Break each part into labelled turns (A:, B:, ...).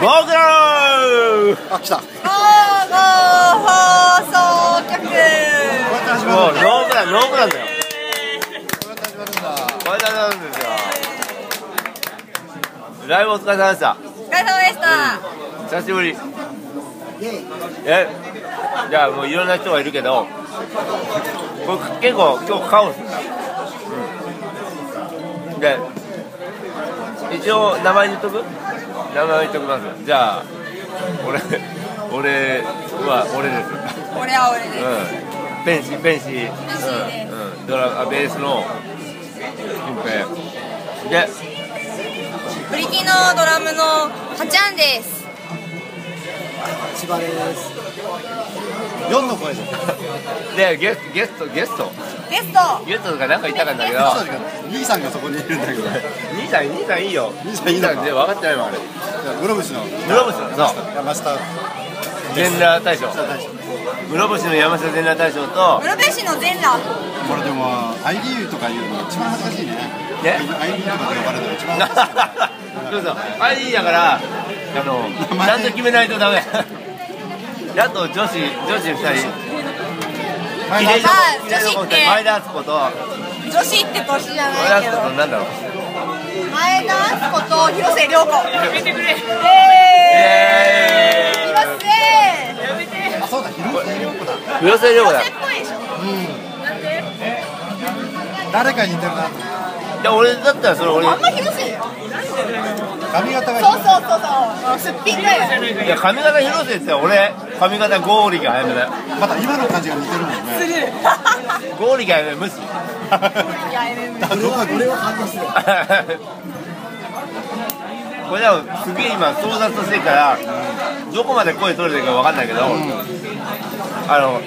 A: 僕らの
B: あ来た
C: 放送局
B: こうやって始ま
A: もうん
B: る
A: ノ
B: だこ
A: ープランノープランだよ
B: うやって始まるんだ
A: これだけなんですよライブお疲れ様でした
C: お疲れ様でした
A: 久しぶりえじゃあもういろんな人がいるけどこれ結構今日カオスだ、うん、で一応名前言っとく名前言っときますじゃあ俺俺は俺です
C: 俺は俺です
A: うんペンシペンシ
C: です
A: うんうん、ドラあベースの金平で
C: ブリキのドラムのはちゃんです
B: 四の声じゃん
A: でゲスゲストゲスト
C: ゲスト
A: ゲストとかなんかいたかんだけど
B: そうだけど兄さんがそこにいるんだけど
A: 兄さん兄さんいいよ
B: 兄さんいいのか
A: 兄で分かってないもんあれ
B: 室伏の
A: 室伏のそう
B: 山下
A: ジェンダー大賞
B: 下大将
A: 室伏の山下ジェンダー大賞と
C: 室部市の全裸
B: これでも ID とか言うの一番恥ずかしいね
A: ね
B: ID とかで呼ばれたら一番恥ずかしい
A: そうそうあいいだからあのちゃんと決めないとダ メであと女子女子2人
B: 前
A: 綺
B: の
A: 麗
B: 後
C: あ
A: 女子
C: 女子って
A: 前田敦子と
C: 女子って年じゃ
A: 前
C: な
A: 田
C: いけ
A: 敦
C: ど
A: 子となんだろう
C: 前田敦子と広瀬涼子やめてくれ
A: エ
C: えー
A: ーイ
C: イ広瀬
B: あそうだ広瀬涼子だ
A: 広瀬涼子だ
C: 広瀬っぽいでしょ
B: 誰かに似てるなと思って
A: いや俺だったらそれ俺
C: あんま広瀬だよ
B: 髪型が
C: そう
B: 似
C: そう
B: てる
C: そうそうすっぴんだよ
A: いや髪型広瀬って言ったら俺髪型ゴーリが早めだよ
B: また今の感じが似てるもんね
C: する
A: ゴーリが早め無視
C: い や MM
B: これはこれは反応する
A: これでもすげえ今争奪してるからどこまで声取れてるか分かんないけど、あの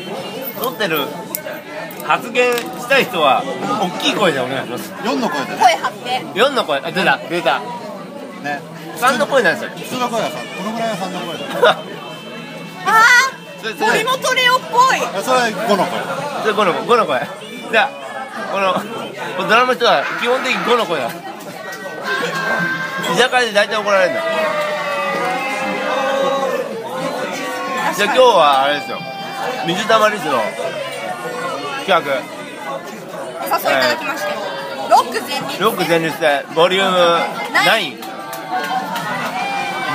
A: 取ってる発言したい人は大きい声でお願いします
B: 四の声で
C: 声
B: ね
C: 張って
A: 4の声あ出た出た
B: ね
A: 3の声なんですよ
B: 普通の声はさこのぐらいは三の声だよ
C: あ
A: それ
C: ー森本レオっぽい
B: それは五の声
A: それ5の声5の声じゃあこのドラムの人は基本的に5の声だ居酒屋で大体怒られるんだじゃあ今日はあれですよ水溜り図の企画
C: お誘いいただきまして、ロック全日
A: ロック全日でボリューム9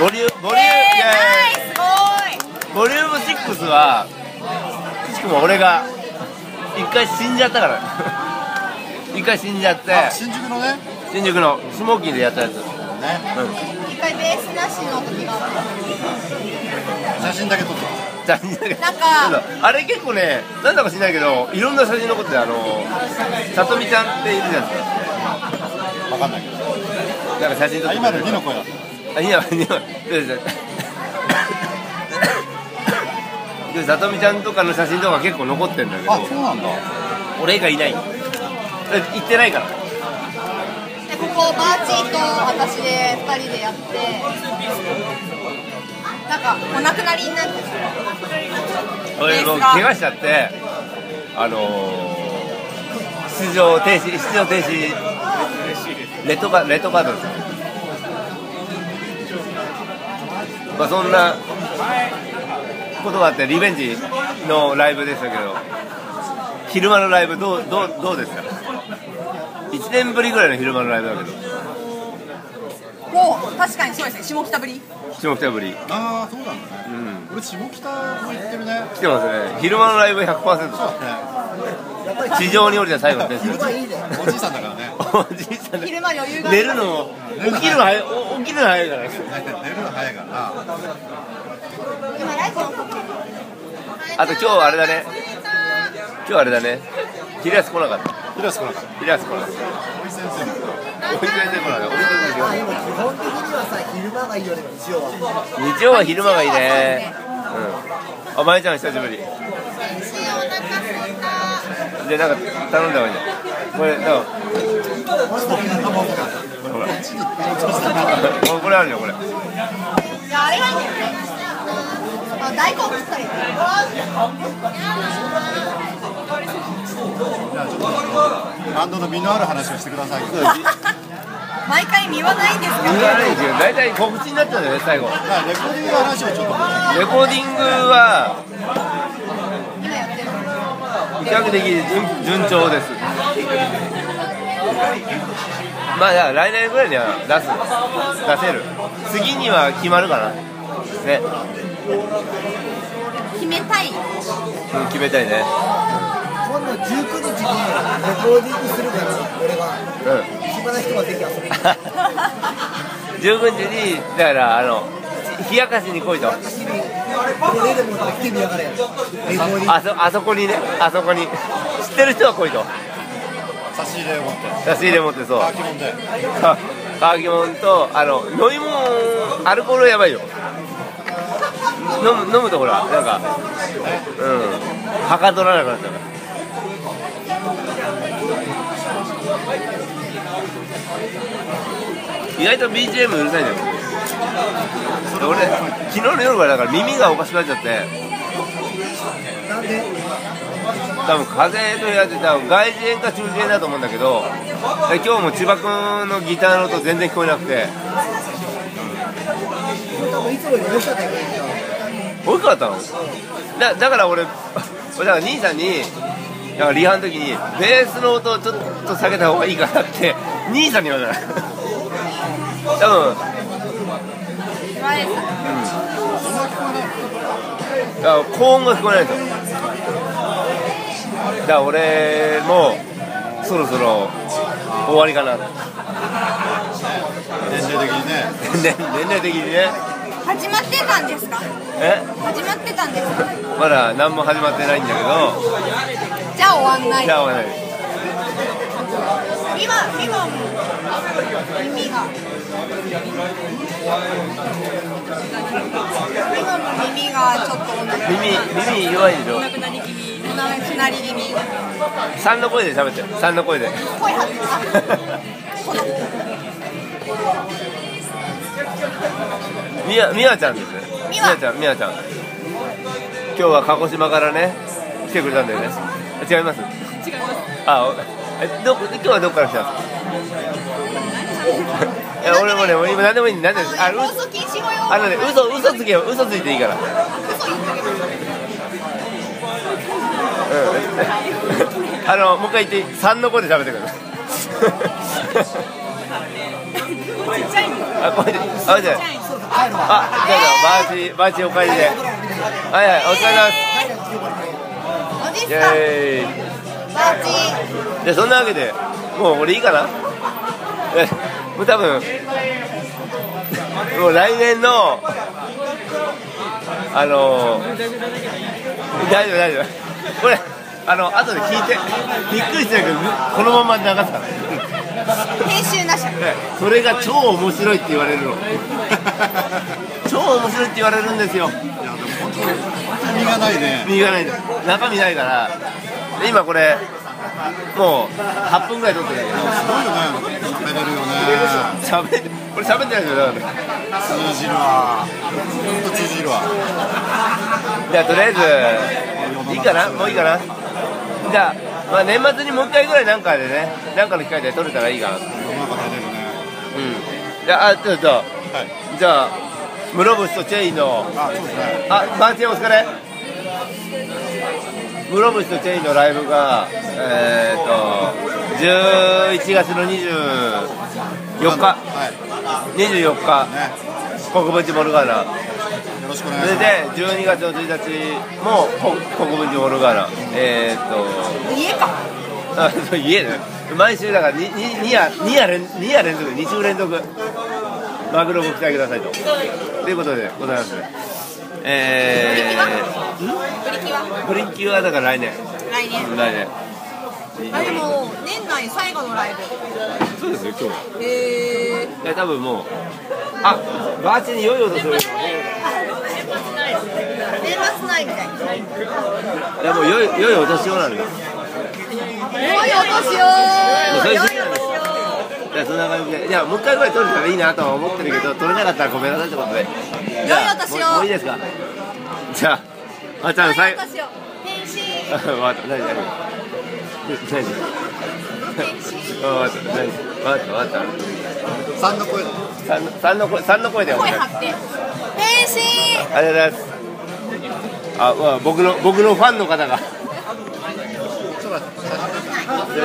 A: ボリュームボリューム、
C: え
A: イエ
C: ーないすごい
A: ーイボリューム6はしかも俺が一回死んじゃったから 一回死んじゃって
B: あ新宿のね
A: 新宿のスモーキーでやったやつ
B: ね
C: 一回ベースなしの時があった
B: 写真だけ撮って
A: 残念だけど
C: なんか
A: そうそうあれ結構ねなんだか知んないけどいろんな写真残ってあのさとみちゃんっているじゃないですか
B: わかんないけど
A: なんか写真撮っ
B: あ
A: て
B: 今の二の声だ
A: あいやいやどうでしたさとみちゃんとかの写真とか結構残ってるんだけど
B: あそうなんだ
A: 俺以外いないえ行ってないから
C: でここバーチーと私で二人でやってなんかお亡くなりになって
A: 俺もう怪我しちゃってあのー、出場停止出場停止レッドカレッドカードですよまあそんなことがあってリベンジのライブでしたけど昼間のライブどうどうどうですか1年ぶりぐらいの昼間のライブだけど
C: もう確かにそうですね下北ぶり
A: 下北ぶり
B: ああそうなんだね俺下北も行ってるね
A: 来てますね昼間のライブ100%地上に降りた最後のテスト
B: おじいさんだからね
A: おじいさんだ
C: 昼間余裕がある
A: 寝るのも起きるの早いお起きるの早いからね
B: 大体寝るの早いからな
C: 今ライブの告知
A: あと今日はあれだね今日はあれだね昼休来なかった
B: イラスコなんか
A: 昼休来なかった
B: 森先生も
A: お昼休来なかったお昼休
D: まあ、今基本的にはさ昼間がいいよね日曜は
A: 来なかった日曜は昼間がいいねうんあまゆちゃん久しぶりでなんか頼んだ方がいいんこれなんかほらこれこれあるよこれ
C: いやあれがいいんだよねあ大根食ったり
B: バンドの身のある話をしてくださいよ
C: 毎回見はないんです
A: 言
C: か
A: わないんですけど大体告知になったんだよね最後
B: まあレコーディングの話をちょっと
A: レコーディングは
C: 今やってる
A: 比較的順順調ですまあだから来年ぐらいには出す出せる次には決まるかなね、
C: 決めたい
A: うん、決めたいね
D: 今度19日にレコーディングするから俺は
A: うん
D: 暇な人はぜひ遊びに来て
A: 十分時にだからあの冷やかしに来いと
D: 俺でも来てみやがれレコーディング
A: あそあそこにねあそこに知ってる人は来いと
B: 差し入れを持って
A: 差し入れ持ってそう
B: 乾きもんで
A: か乾き物とあの飲み物アルコールやばいよ飲む飲むとほらなんかうんはかどらなくなっちゃうから意外と BGM うるさいんだよで俺昨日の夜からだから耳がおかしくなっちゃって
D: なんで
A: 多分風邪と言われて多分外耳炎か中耳炎だと思うんだけどで今日も千葉君のギターの音全然聞こえなくて
D: 多分いつもより面白かったよね
A: 大きかったのだだから俺 俺だから兄さんにだからリハの時にベースの音をちょっと下げた方がいいかなって兄さんに言われた 多分
C: 言われてた
A: だから高音が聞こえないんですよだから俺もそろそろ終わりかな
B: 年齢的にね
A: 年年齢的にね
C: 始まってたんですか
A: え
C: 始まってたんですか
A: まだ何も始まってないんだけど
C: じゃあ終わんない
A: じゃあ終わり
C: ビバビバも耳がビバも耳がちょっと同じ
A: 耳耳弱いでしょ
C: なくなり気味なくなり気味
A: 3の声で喋って3の声で
C: 声張ってた
A: みやみやちゃんですねみ
C: みわ
A: やちゃんみやちゃん今日は鹿児島からね来てくれたんだよね違います違いますあおえどこ今日はどこから来たんですかいや俺もねもう今何でもいいんで何でもいいんであ
C: あの
A: う
C: 放送禁止用
A: あのね嘘嘘つけよ嘘ついていいから
C: 嘘言ってあげます
A: あのもう一回言って三の声で喋ってください。あ、これで、あ、じゃあ、あ、じゃあ、バーチ、バーチお帰りで。はいはい、お疲れ様
C: お
A: です。
C: じ
A: イ
C: さん
A: ェーイ。
C: バーチ
A: でそんなわけでもう俺いいかなえもう多分もう来年のあの大丈夫大丈夫これあの後で聞いてびっくりしてるけどこのまま流すからね
C: 編集なし
A: それが超面白いって言われるの超面白いって言われるんですよ
B: いやでも本当に身がないね
A: 右がないんだ中身ないからで今これもう8分ぐらい撮ってるんだけど
B: すごいよね喋れるよね
A: 喋って俺喋ってないけどだから
B: 通じるわほんと通じるわ
A: じゃあとりあえずいいかなもういいかなじゃあ、まあ、年末にもう一回ぐらいなんかでねなんかの機会で撮れたらいいかなうん
B: 世の中出れるね
A: じゃああちょっと
B: はい
A: じゃあ室伏とチェイの
B: あそうですね
A: あマーチェンお疲れ室伏とチェイのライブがえっ、ー、と11月の24日
B: はい
A: 24日
B: ね
A: 国分寺モルガーナ
B: よろしくお願い
A: そ
B: し
A: れ
B: ます
A: で12月の1日もこ国分寺モルガーナえっ、ー、と
C: 家か
A: あそう家ね毎週だから 2, 2, 夜2夜連2夜連続2週連続マグロご期待くださいとということでございます
C: ブ
A: え
C: リキは
A: ー、プリキュアだから来年
C: 来年
A: 来年
C: あでも年内最後のライブ
A: そうですよ今日
C: へえ
A: いや多分もうあバーチに良い音する
C: 年末ないみたいない
A: やもう良い良いお年をなるよ
C: 良いお年
A: そ
C: を
A: う
C: 良
A: いう
C: い
A: 人
C: お
A: なの
C: 年を
A: いやそんな感じでいやもう一回ぐらい撮れたらいいなとは思ってるけど撮れなかったらごめんなさいってことでじゃあ
C: 良いお年を
A: もうもういいですかじゃああーちゃん
C: 良
A: 最
C: いお
A: 後
C: 年を変身
A: わかった、何何何わかった何わかったわかっ
B: 三の声だ。
A: た三の三の声三の声でお願
C: 声
A: い
C: 張って変身
A: ありがとうございますあうわ僕の僕のファンの方が
B: ちょっと待っ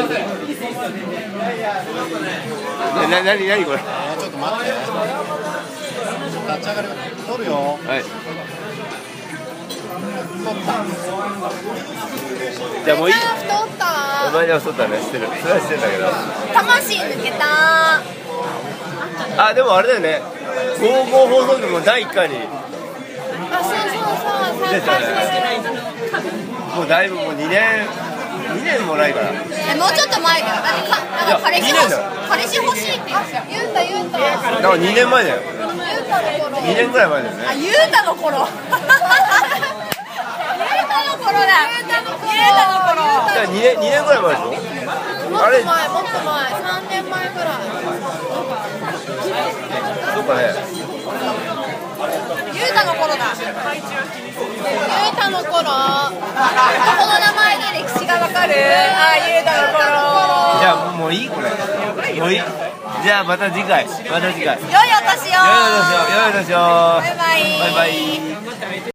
B: て。
A: なな何何これは
B: あちょっと待って。立ち上がり。取るよ。
A: い
B: 取った。
A: じゃあもういい
C: めちゃ太っ
A: お
C: た
A: 前にはそうだねしてるそれはしてんだけど
C: 魂抜けた
A: あでもあれだよね合合放送局の第1回に
C: あそうそうそう
A: 出
C: 参加
A: たね
C: して
A: もうだいぶもう2年2年もないから
C: えもうちょっと前だよだってかなんか彼氏
A: いや
C: 欲し
A: いいねんだ
C: 彼氏欲しいって言ってたゆうたゆうたゆう
A: なんか2年前だよ
C: たの頃
A: 2年ぐらい前だよね
C: あ、ゆうたの頃。ゆうたの頃だ。ゆうたの頃。ゆう
A: じゃあ2年 ,2 年ぐらい前でしょ
C: もっと前、もっと前、三年前くらい。
A: そうかね
C: ゆうたの頃だ。ゆうたの頃。この名前の歴史がわかる。あ、ゆうたの
A: じ
C: 頃。
A: ゃあもういいこれもういいじゃあまた次回また次回よいお年をよ
C: 良いお
A: い
C: 年を。
A: お
C: バイ
A: 年を
C: バイ。
A: バイバイ